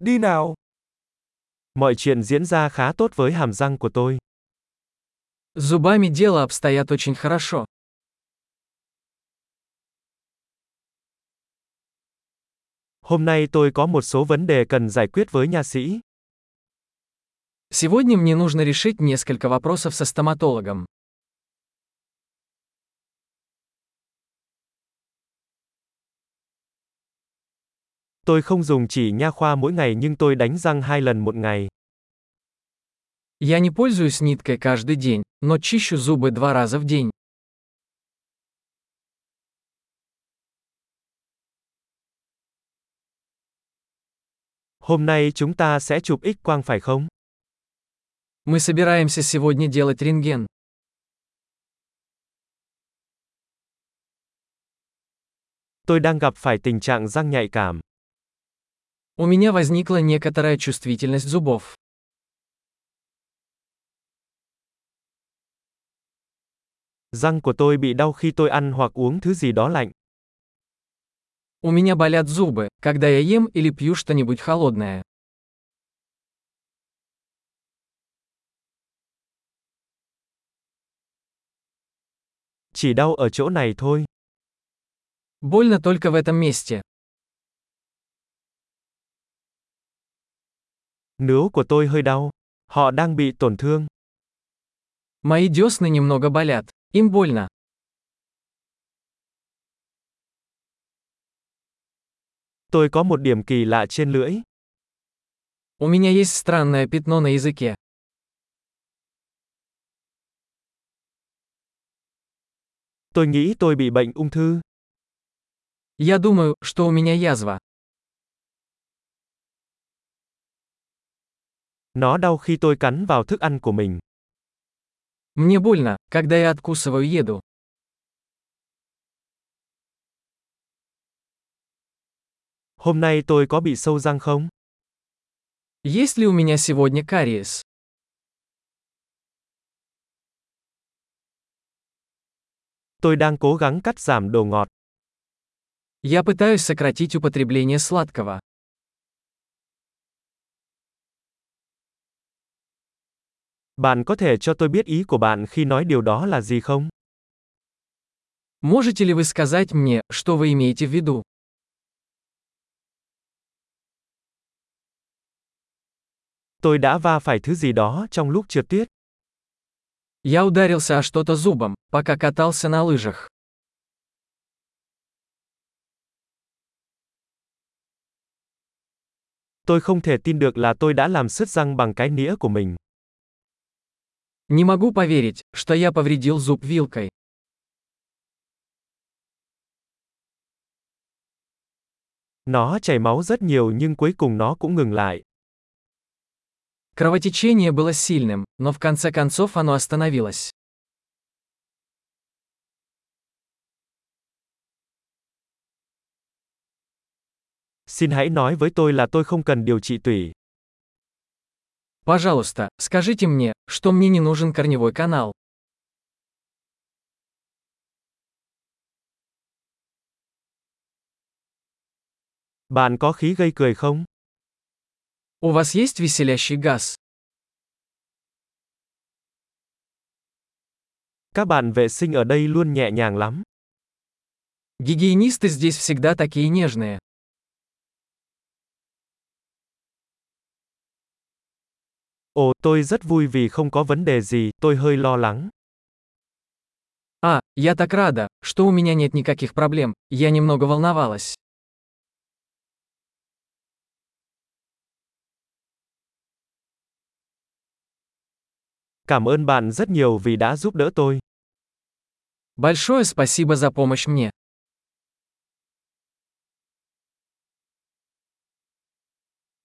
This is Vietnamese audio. đi nào. Mọi chuyện diễn ra khá tốt với hàm răng của tôi. С зубами дело обстоят очень хорошо. Hôm nay tôi có một số vấn đề cần giải quyết với nha sĩ. Сегодня мне нужно решить несколько вопросов со стоматологом. Tôi không dùng chỉ nha khoa mỗi ngày nhưng tôi đánh răng hai lần một ngày. Я не пользуюсь ниткой каждый день, но чищу зубы два раза в день. Hôm nay chúng ta sẽ chụp X-quang phải không? Мы собираемся сегодня делать рентген. Tôi đang gặp phải tình trạng răng nhạy cảm. У меня возникла некоторая чувствительность зубов. Răng của tôi bị đau khi tôi ăn hoặc uống thứ gì đó lạnh. У меня болят зубы, когда я ем или пью что-нибудь холодное. Chỉ đau ở chỗ này thôi. Больно только в этом месте. Nướu của tôi hơi đau. Họ đang bị tổn thương. Мои десны немного болят. Им больно. Tôi có một điểm kỳ lạ trên lưỡi. У меня есть странное пятно на языке. Tôi nghĩ tôi bị bệnh ung thư. Я думаю, что у меня язва. Nó đau khi tôi cắn vào thức ăn của mình. Мне больно, когда я откусываю еду. Hôm nay tôi có bị sâu răng không? Есть ли у меня сегодня кариес? Tôi đang cố gắng cắt giảm đồ ngọt. Я пытаюсь сократить употребление сладкого. Bạn có thể cho tôi biết ý của bạn khi nói điều đó là gì không? Можете ли вы сказать мне, что вы имеете в виду? Tôi đã va phải thứ gì đó trong lúc trượt tuyết. Я ударился о что-то зубом, пока катался на лыжах. Tôi không thể tin được là tôi đã làm sứt răng bằng cái nĩa của mình. Не могу поверить, что я повредил зуб вилкой. Nó chảy máu rất nhiều nhưng cuối cùng nó cũng ngừng lại. Кровотечение было сильным, но в конце концов оно остановилось. Xin hãy nói với tôi là tôi không cần điều trị tủy. Пожалуйста, скажите мне, что мне не нужен корневой канал. Bạn có khí gây cười không? У вас есть веселящий газ? Các bạn vệ sinh ở đây luôn nhẹ nhàng lắm. Гигиенисты здесь всегда такие нежные. Ồ, tôi rất vui vì không có vấn đề gì, tôi hơi lo lắng. А, я так рада, что у меня нет никаких проблем, я немного волновалась. Cảm ơn bạn rất nhiều vì đã giúp đỡ tôi. Большое спасибо за помощь мне.